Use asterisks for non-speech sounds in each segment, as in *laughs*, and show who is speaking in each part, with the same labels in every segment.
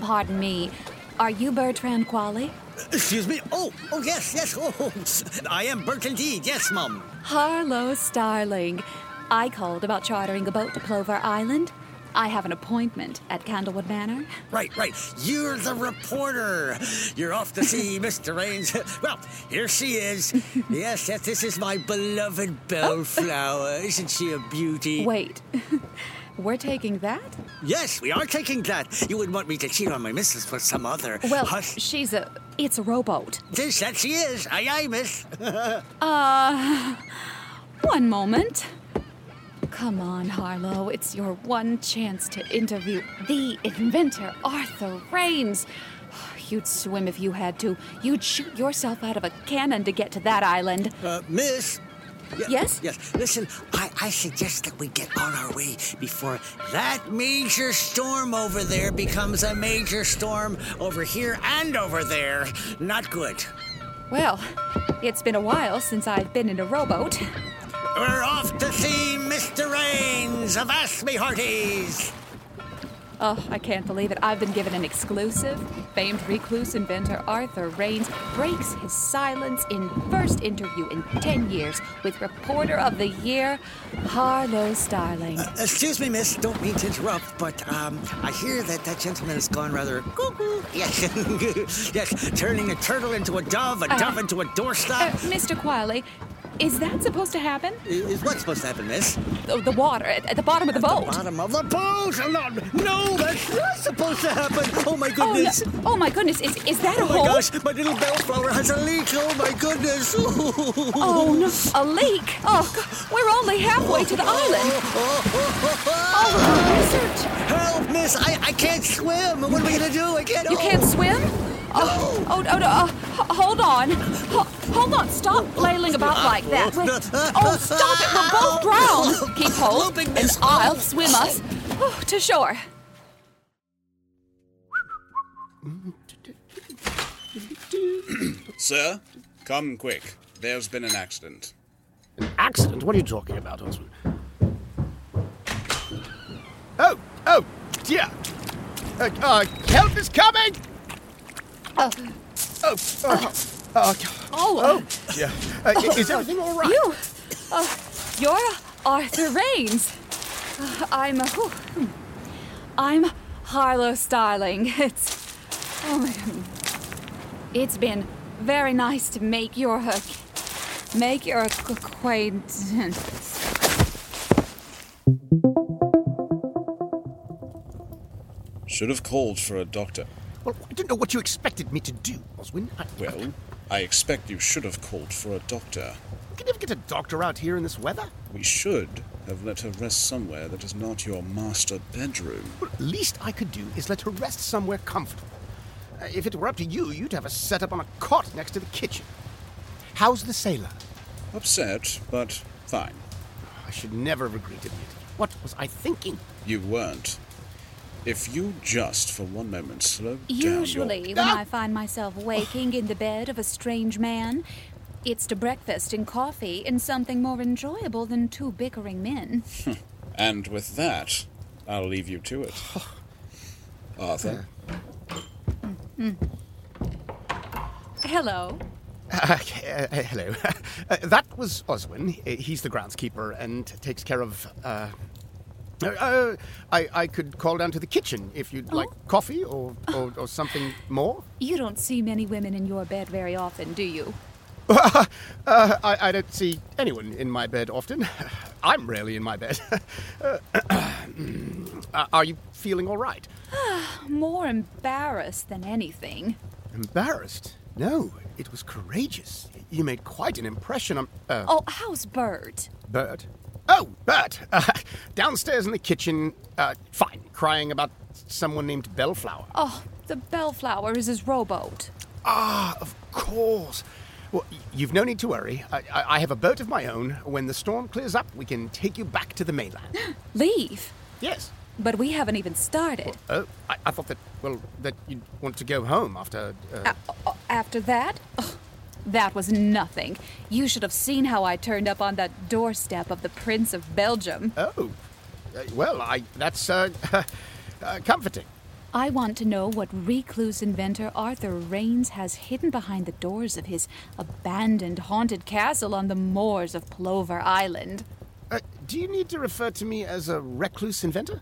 Speaker 1: pardon me. Are you Bertrand Qualley?
Speaker 2: Excuse me? Oh, oh, yes, yes. Oh, *laughs* I am Bert indeed. Yes, Mum.
Speaker 1: Harlow Starling. I called about chartering a boat to Plover Island. I have an appointment at Candlewood Manor.
Speaker 2: Right, right. You're the reporter. You're off to see Mr. Rains. *laughs* Well, here she is. yes, yes, this is my beloved Bellflower. Isn't she a beauty?
Speaker 1: Wait. *laughs* We're taking that?
Speaker 2: Yes, we are taking that. You wouldn't want me to cheat on my missus for some other.
Speaker 1: Well,
Speaker 2: hush.
Speaker 1: she's a. It's a rowboat.
Speaker 2: This, that she is. Aye, aye, miss.
Speaker 1: Uh. One moment. Come on, Harlow. It's your one chance to interview the inventor, Arthur Raines. You'd swim if you had to. You'd shoot yourself out of a cannon to get to that island.
Speaker 2: Uh, miss? Ye-
Speaker 1: Yes?
Speaker 2: Yes. Listen, I, I suggest that we get on our way before that major storm over there becomes a major storm over here and over there. Not good.
Speaker 1: Well, it's been a while since I've been in a rowboat.
Speaker 2: We're off to see Mr. Rains of Ask Me Hearties.
Speaker 1: Oh, I can't believe it. I've been given an exclusive. Famed recluse inventor Arthur Raines breaks his silence in first interview in 10 years with reporter of the year, Harlow Starling.
Speaker 2: Excuse me, miss. Don't mean to interrupt, but um, I hear that that gentleman has gone rather cuckoo. Yes, *laughs* yes, *laughs* turning a turtle into a dove, a dove into a
Speaker 1: Uh,
Speaker 2: doorstop. *laughs*
Speaker 1: Mr. Quiley, is that supposed to happen?
Speaker 2: I- Is what's supposed to happen, miss?
Speaker 1: The, the water at, at the bottom of the boat.
Speaker 2: Bottom of the boat! Oh, No, no, that's not supposed to happen! Oh my
Speaker 1: oh, no.
Speaker 2: goodness!
Speaker 1: oh my goodness, is, is that a
Speaker 2: Oh my
Speaker 1: hole?
Speaker 2: gosh, my little bellflower has a leak! Oh my goodness! *laughs*
Speaker 1: Oh no, a leak. Oh, God. we're only halfway to the island.
Speaker 2: oh,
Speaker 1: Oh, research.
Speaker 2: Help, miss! I, I can't swim! What are we gonna do? I can't.
Speaker 1: You can't
Speaker 2: oh.
Speaker 1: swim? Oh, oh, oh, no, uh, h- hold on. Ho- hold on, stop flailing about like that. Wait. Oh, stop it, we'll both drown. Keep hold,
Speaker 2: Looping
Speaker 1: and
Speaker 2: this.
Speaker 1: I'll swim us oh, to shore.
Speaker 3: Sir, come quick. There's been an accident.
Speaker 4: Accident? What are you talking about, Osman? Oh, oh, dear. Uh, uh, help is coming!
Speaker 1: Oh,
Speaker 4: Oh, oh, oh,
Speaker 1: oh,
Speaker 4: oh, dear. Uh, i- is everything all right?
Speaker 1: You, uh, you're Arthur Raines. Uh, I'm, uh, whew, hmm. I'm Harlow Starling. *laughs* It's, oh my God. It's been very nice to make your hook, make your ac- acquaintance.
Speaker 3: Should have called for a doctor.
Speaker 4: Well, I don't know what you expected me to do, Oswin. I,
Speaker 3: Well, I expect you should have called for a doctor.
Speaker 4: we can never get a doctor out here in this weather.
Speaker 3: We should have let her rest somewhere that is not your master bedroom.
Speaker 4: Well, least I could do is let her rest somewhere comfortable. Uh, if it were up to you, you'd have her set up on a cot next to the kitchen. How's the sailor?
Speaker 3: Upset, but fine.
Speaker 4: I should never have agreed to it. What was I thinking?
Speaker 3: You weren't. If you just for one moment slow down.
Speaker 1: Usually,
Speaker 3: Your...
Speaker 1: when I find myself waking in the bed of a strange man, it's to breakfast and coffee and something more enjoyable than two bickering men.
Speaker 3: And with that, I'll leave you to it. Arthur,
Speaker 1: Hello.
Speaker 4: Okay, uh, hello. *laughs* Uh, that was Oswin. Uh, He's the groundskeeper and takes care of. Uh, uh, uh, I, I could call down to the kitchen if you'd like coffee or, or, or something more. *laughs*
Speaker 1: You don't see many women in your bed very often, do you?
Speaker 4: Uh, I, I don't see anyone in my bed often. *laughs* I'm rarely in my bed. *laughs* Uh, *clears throat* uh, are you feeling all right?
Speaker 1: More embarrassed than anything.
Speaker 4: Embarrassed? No, it was courageous. You made quite an impression on. Uh,
Speaker 1: Oh, how's Bert?
Speaker 4: Bert? Oh, Bert! *laughs* Uh, downstairs in the kitchen, uh, fine, crying about someone named Bellflower.
Speaker 1: Oh, the bellflower is his rowboat.
Speaker 4: Ah, of course. Well, y- you've no need to worry. I, I, I have a boat of my own. When the storm clears up, we can take you back to the mainland.
Speaker 1: Leave.
Speaker 4: yes.
Speaker 1: But we haven't even started.
Speaker 4: Oh, I, I thought that, well, that you'd want to go home after. Uh,
Speaker 1: A- a- After that? Ugh, that was nothing. You should have seen how I turned up on that doorstep of the Prince of Belgium.
Speaker 4: oh. *laughs* Uh, well, I, that's uh, uh, comforting.
Speaker 1: I want to know what recluse inventor Arthur Raines has hidden behind the doors of his abandoned haunted castle on the moors of Plover Island.
Speaker 4: Uh, do you need to refer to me as a recluse inventor?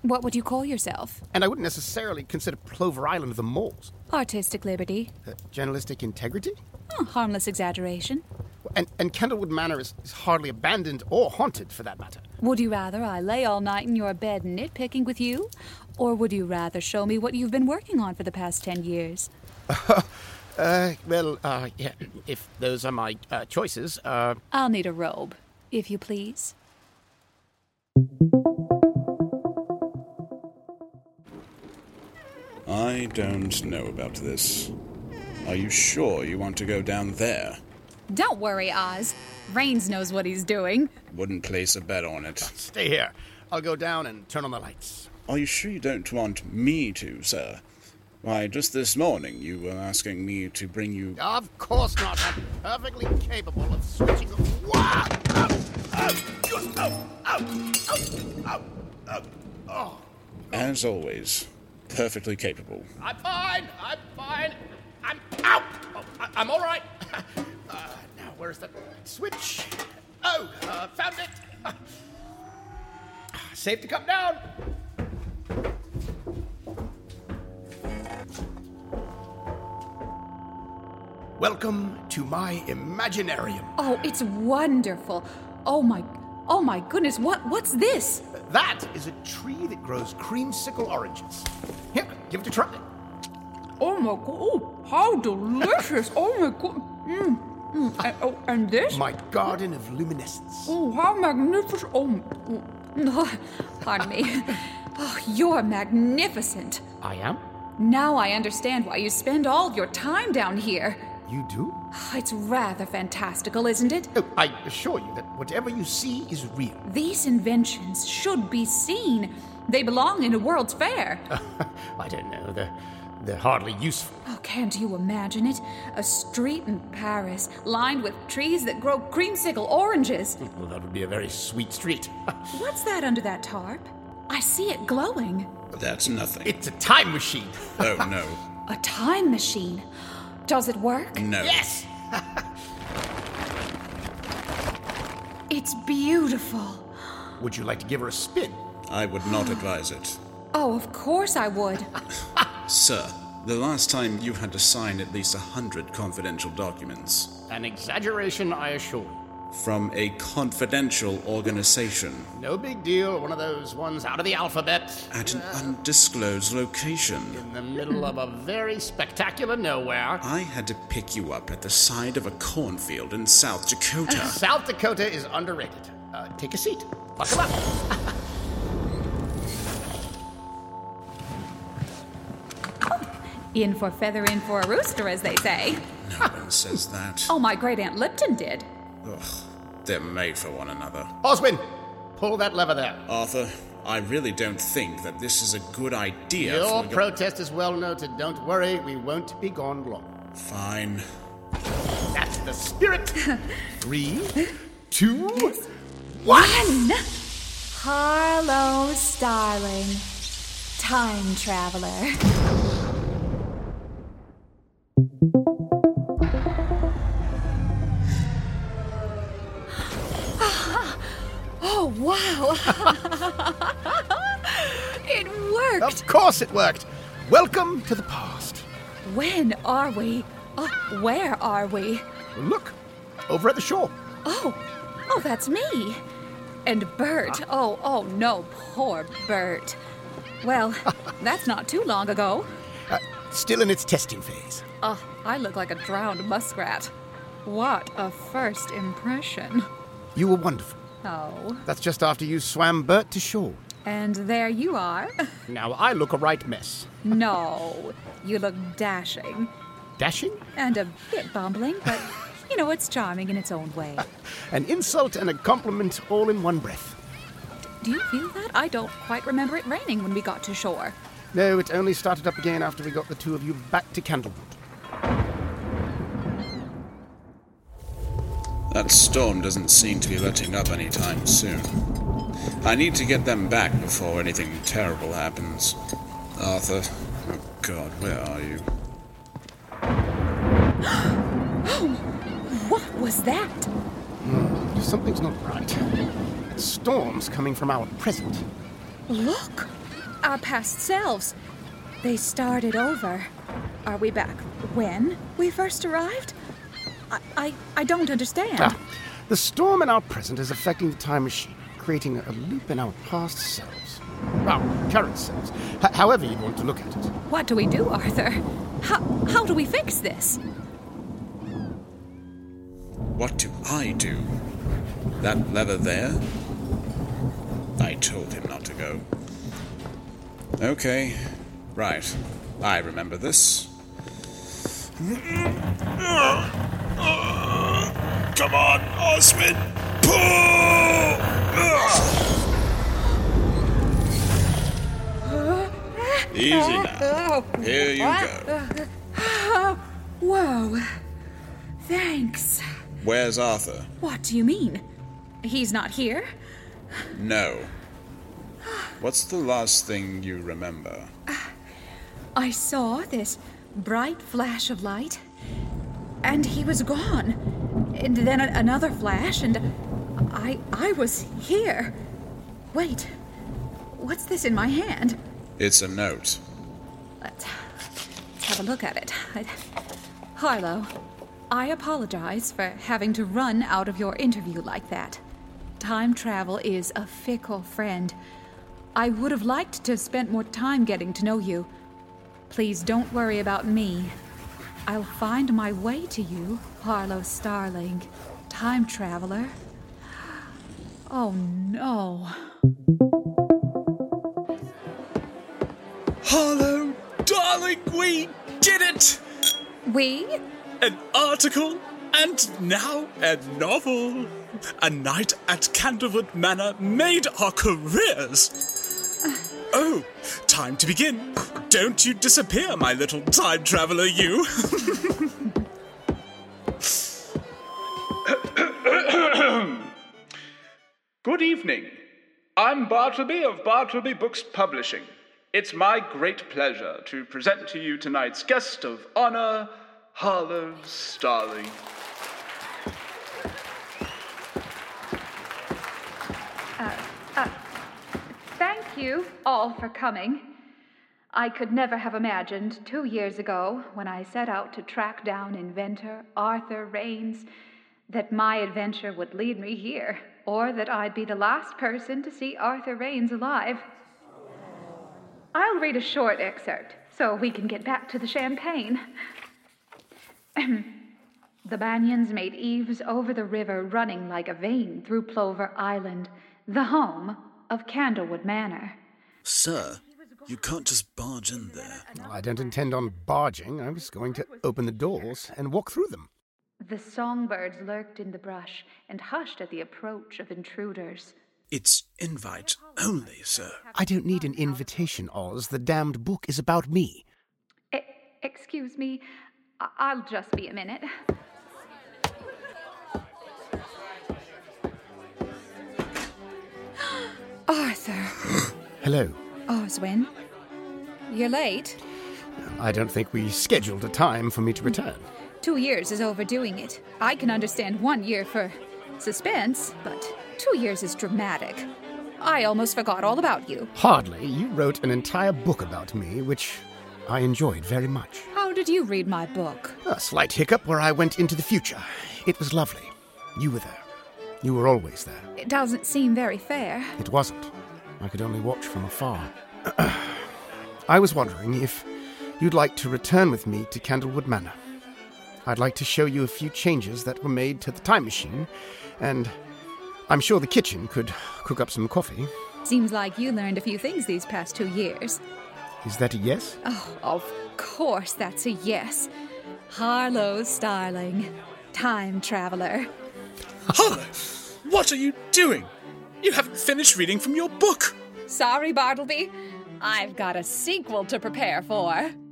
Speaker 1: What would you call yourself?
Speaker 4: And I wouldn't necessarily consider Plover Island the moles.
Speaker 1: Artistic liberty?
Speaker 4: Uh, journalistic integrity?
Speaker 1: Oh, harmless exaggeration?
Speaker 4: And, and Candlewood Manor is, is hardly abandoned or haunted, for that matter.
Speaker 1: Would you rather I lay all night in your bed nitpicking with you? Or would you rather show me what you've been working on for the past ten years?
Speaker 4: Uh, well, uh, yeah, if those are my uh, choices, uh,
Speaker 1: I'll need a robe, if you please.
Speaker 3: I don't know about this. Are you sure you want to go down there?
Speaker 1: Don't worry, Oz. Rains knows what he's doing.
Speaker 3: Wouldn't place a bet on it.
Speaker 4: stay here. I'll go down and turn on the lights.
Speaker 3: Are you sure you don't want me to, sir? Why, just this morning you were asking me to bring you.
Speaker 4: Of course not. I'm perfectly capable of switching. Wah! Ow! Ow! Just- oh, ah! ow! Ow! Ow! Ow! Ow! Oh,
Speaker 3: As always, perfectly capable.
Speaker 4: I'm fine. I'm fine. I'm out. Oh, I, I'm all right. *laughs* Uh, now, where's the switch? Oh, uh, found it. Ah, safe to come down. Welcome to my Imaginarium.
Speaker 1: Oh, it's wonderful. Oh my oh my goodness, what what's this?
Speaker 4: That is a tree that grows creamsicle oranges. Here, give it a try.
Speaker 5: Oh my god! Oh, how delicious! oh my god! Mm, mm. And, oh, and this?
Speaker 4: My garden of luminescence.
Speaker 5: oh, how magnificent! Oh, m- mm.
Speaker 1: Oh, *laughs* pardon me. Oh, you're magnificent.
Speaker 4: I am?
Speaker 1: Now I understand why you spend all your time down here. Oh,
Speaker 4: You do?
Speaker 1: It's rather fantastical, isn't it?
Speaker 4: Oh, I assure you that whatever you see is real.
Speaker 1: These inventions should be seen. They belong in a World's Fair.
Speaker 4: I don't know. They're, they're hardly useful.
Speaker 1: Oh, can't you imagine it? A street in Paris lined with trees that grow creamsicle oranges.
Speaker 4: Well, that would be a very sweet street.
Speaker 1: What's that under that tarp? I see it glowing.
Speaker 3: That's nothing.
Speaker 4: it's a time machine.
Speaker 3: *laughs* Oh, no.
Speaker 1: A time machine. Does it work?
Speaker 3: No.
Speaker 4: Yes!
Speaker 1: It's beautiful.
Speaker 4: Would you like to give her a spin?
Speaker 3: I would not advise it.
Speaker 1: Oh, of course I would.
Speaker 3: Sir, the last time you had to sign at least a hundred confidential documents
Speaker 4: An exaggeration, I assure you.
Speaker 3: from a confidential organization
Speaker 4: No big deal. One of those ones out of the alphabet.
Speaker 3: at an undisclosed location.
Speaker 4: In the middle of a very spectacular nowhere.
Speaker 3: I had to pick you up at the side of a cornfield in South *laughs* Dakota.
Speaker 4: South Dakota is underrated. Uh, take a seat. Buckle up.
Speaker 1: In for feather, in for a rooster, as they say.
Speaker 3: no one says that.
Speaker 1: Oh, my great Aunt Lipton did.
Speaker 3: Ugh, they're made for one another.
Speaker 4: Oswin, pull that lever there.
Speaker 3: Arthur, I really don't think that this is a good idea.
Speaker 4: Your
Speaker 3: for-
Speaker 4: protest is well noted. Don't worry, we won't be gone long.
Speaker 3: Fine.
Speaker 4: That's the spirit. Three, two, one.
Speaker 1: N- Harlow Starling, time traveler. *gasps* Oh, wow! *laughs* it worked!
Speaker 4: Of course it worked. Welcome to the past.
Speaker 1: When are we? Oh, where are we?
Speaker 4: Look, over at the shore.
Speaker 1: Oh, oh, that's me. And Bert. Oh, oh no, poor Bert. Well, that's not too long ago.
Speaker 4: Uh, still in its testing phase.
Speaker 1: Oh, I look like a drowned muskrat. What a first impression.
Speaker 4: You were wonderful.
Speaker 1: Oh,
Speaker 4: That's just after you swam Bert to shore.
Speaker 1: and there you are. *laughs*
Speaker 4: Now I look a right mess.
Speaker 1: no, you look dashing
Speaker 4: Dashing?
Speaker 1: and a bit bumbling, but you know, it's charming in its own way.
Speaker 4: An insult and a compliment all in one breath.
Speaker 1: Do you feel that? I don't quite remember it raining when we got to shore.
Speaker 4: No, it only started up again after we got the two of you back to Candlewood.
Speaker 3: That storm doesn't seem to be letting up anytime soon. I need to get them back before anything terrible happens. Arthur. Oh god, where are you?
Speaker 6: What was that?
Speaker 4: Something's not right. That storm's coming from our present.
Speaker 1: Look, our past selves. They started over. Are we back when we first arrived? I, I, I don't understand.
Speaker 4: Ah, the storm in our present is affecting the time machine, creating a loop in our past selves. Our current selves. H- however you want to look at it.
Speaker 1: What do we do, Arthur? How, how do we fix this?
Speaker 3: What do I do? That lever there? I told him not to go. Okay, right. I remember this. Come on, Osman! Pull! Easy now. Here you go.
Speaker 1: Whoa. Thanks.
Speaker 3: Where's Arthur?
Speaker 1: What do you mean? He's not here?
Speaker 3: No. What's the last thing you remember?
Speaker 1: I saw this bright flash of light, and he was gone. And then a- another flash, and I I was here. Wait, what's this in my hand?
Speaker 3: It's a note.
Speaker 1: Let's, let's have a look at it. I, Harlow, I apologize for having to run out of your interview like that. Time travel is a fickle friend. I would have liked to have spent more time getting to know you. Please don't worry about me. I'll find my way to you, Harlow Starling, time traveler. Oh no.
Speaker 3: Harlow, darling, we did it!
Speaker 1: We?
Speaker 3: An article, and now a novel. A night at Candlewood Manor made our careers. Oh, time to begin. Don't you disappear, my little time traveler, you.
Speaker 7: Good evening. I'm Bartleby of Bartleby Books Publishing. It's my great pleasure to present to you tonight's guest of honor, Harlow Starling.
Speaker 1: Thank you all for coming. I could never have imagined two years ago, when I set out to track down inventor Arthur Raines, that my adventure would lead me here, or that I'd be the last person to see Arthur Raines alive. I'll read a short excerpt so we can get back to the champagne. The Banyans made eaves over the river running like a vein through Plover Island, the home of Candlewood Manor.
Speaker 8: Sir, you can't just barge in there.
Speaker 4: Well, I don't intend on barging. I was going to open the doors and walk through them.
Speaker 1: The songbirds lurked in the brush and hushed at the approach of intruders.
Speaker 8: It's invite only, sir.
Speaker 4: I don't need an invitation, Oz. The damned book is about me.
Speaker 1: E- excuse me, I- I'll just be a *gasps* minute.
Speaker 6: Arthur,
Speaker 4: Hello.
Speaker 1: Oh, Oswin,
Speaker 6: you're late.
Speaker 4: I don't think we scheduled a time for me to return.
Speaker 1: two years is overdoing it. I can understand one year for suspense, but two years is dramatic. I almost forgot all about you.
Speaker 4: Hardly. You wrote an entire book about me, which I enjoyed very much.
Speaker 1: How did you read my book?
Speaker 4: A slight hiccup where I went into the future. It was lovely. You were there. You were always there.
Speaker 1: It doesn't seem very fair.
Speaker 4: It wasn't. I could only watch from afar. *clears throat* I was wondering if you'd like to return with me to Candlewood Manor. I'd like to show you a few changes that were made to the time machine, and I'm sure the kitchen could cook up some coffee.
Speaker 1: Seems like you learned a few things these past two years.
Speaker 4: Is that a yes?
Speaker 1: Oh, of course, that's a yes. Harlow Starling, time traveler.
Speaker 8: Harlow, what are you doing? You haven't finished reading from your book.
Speaker 1: Sorry, Bartleby. I've got a sequel to prepare for.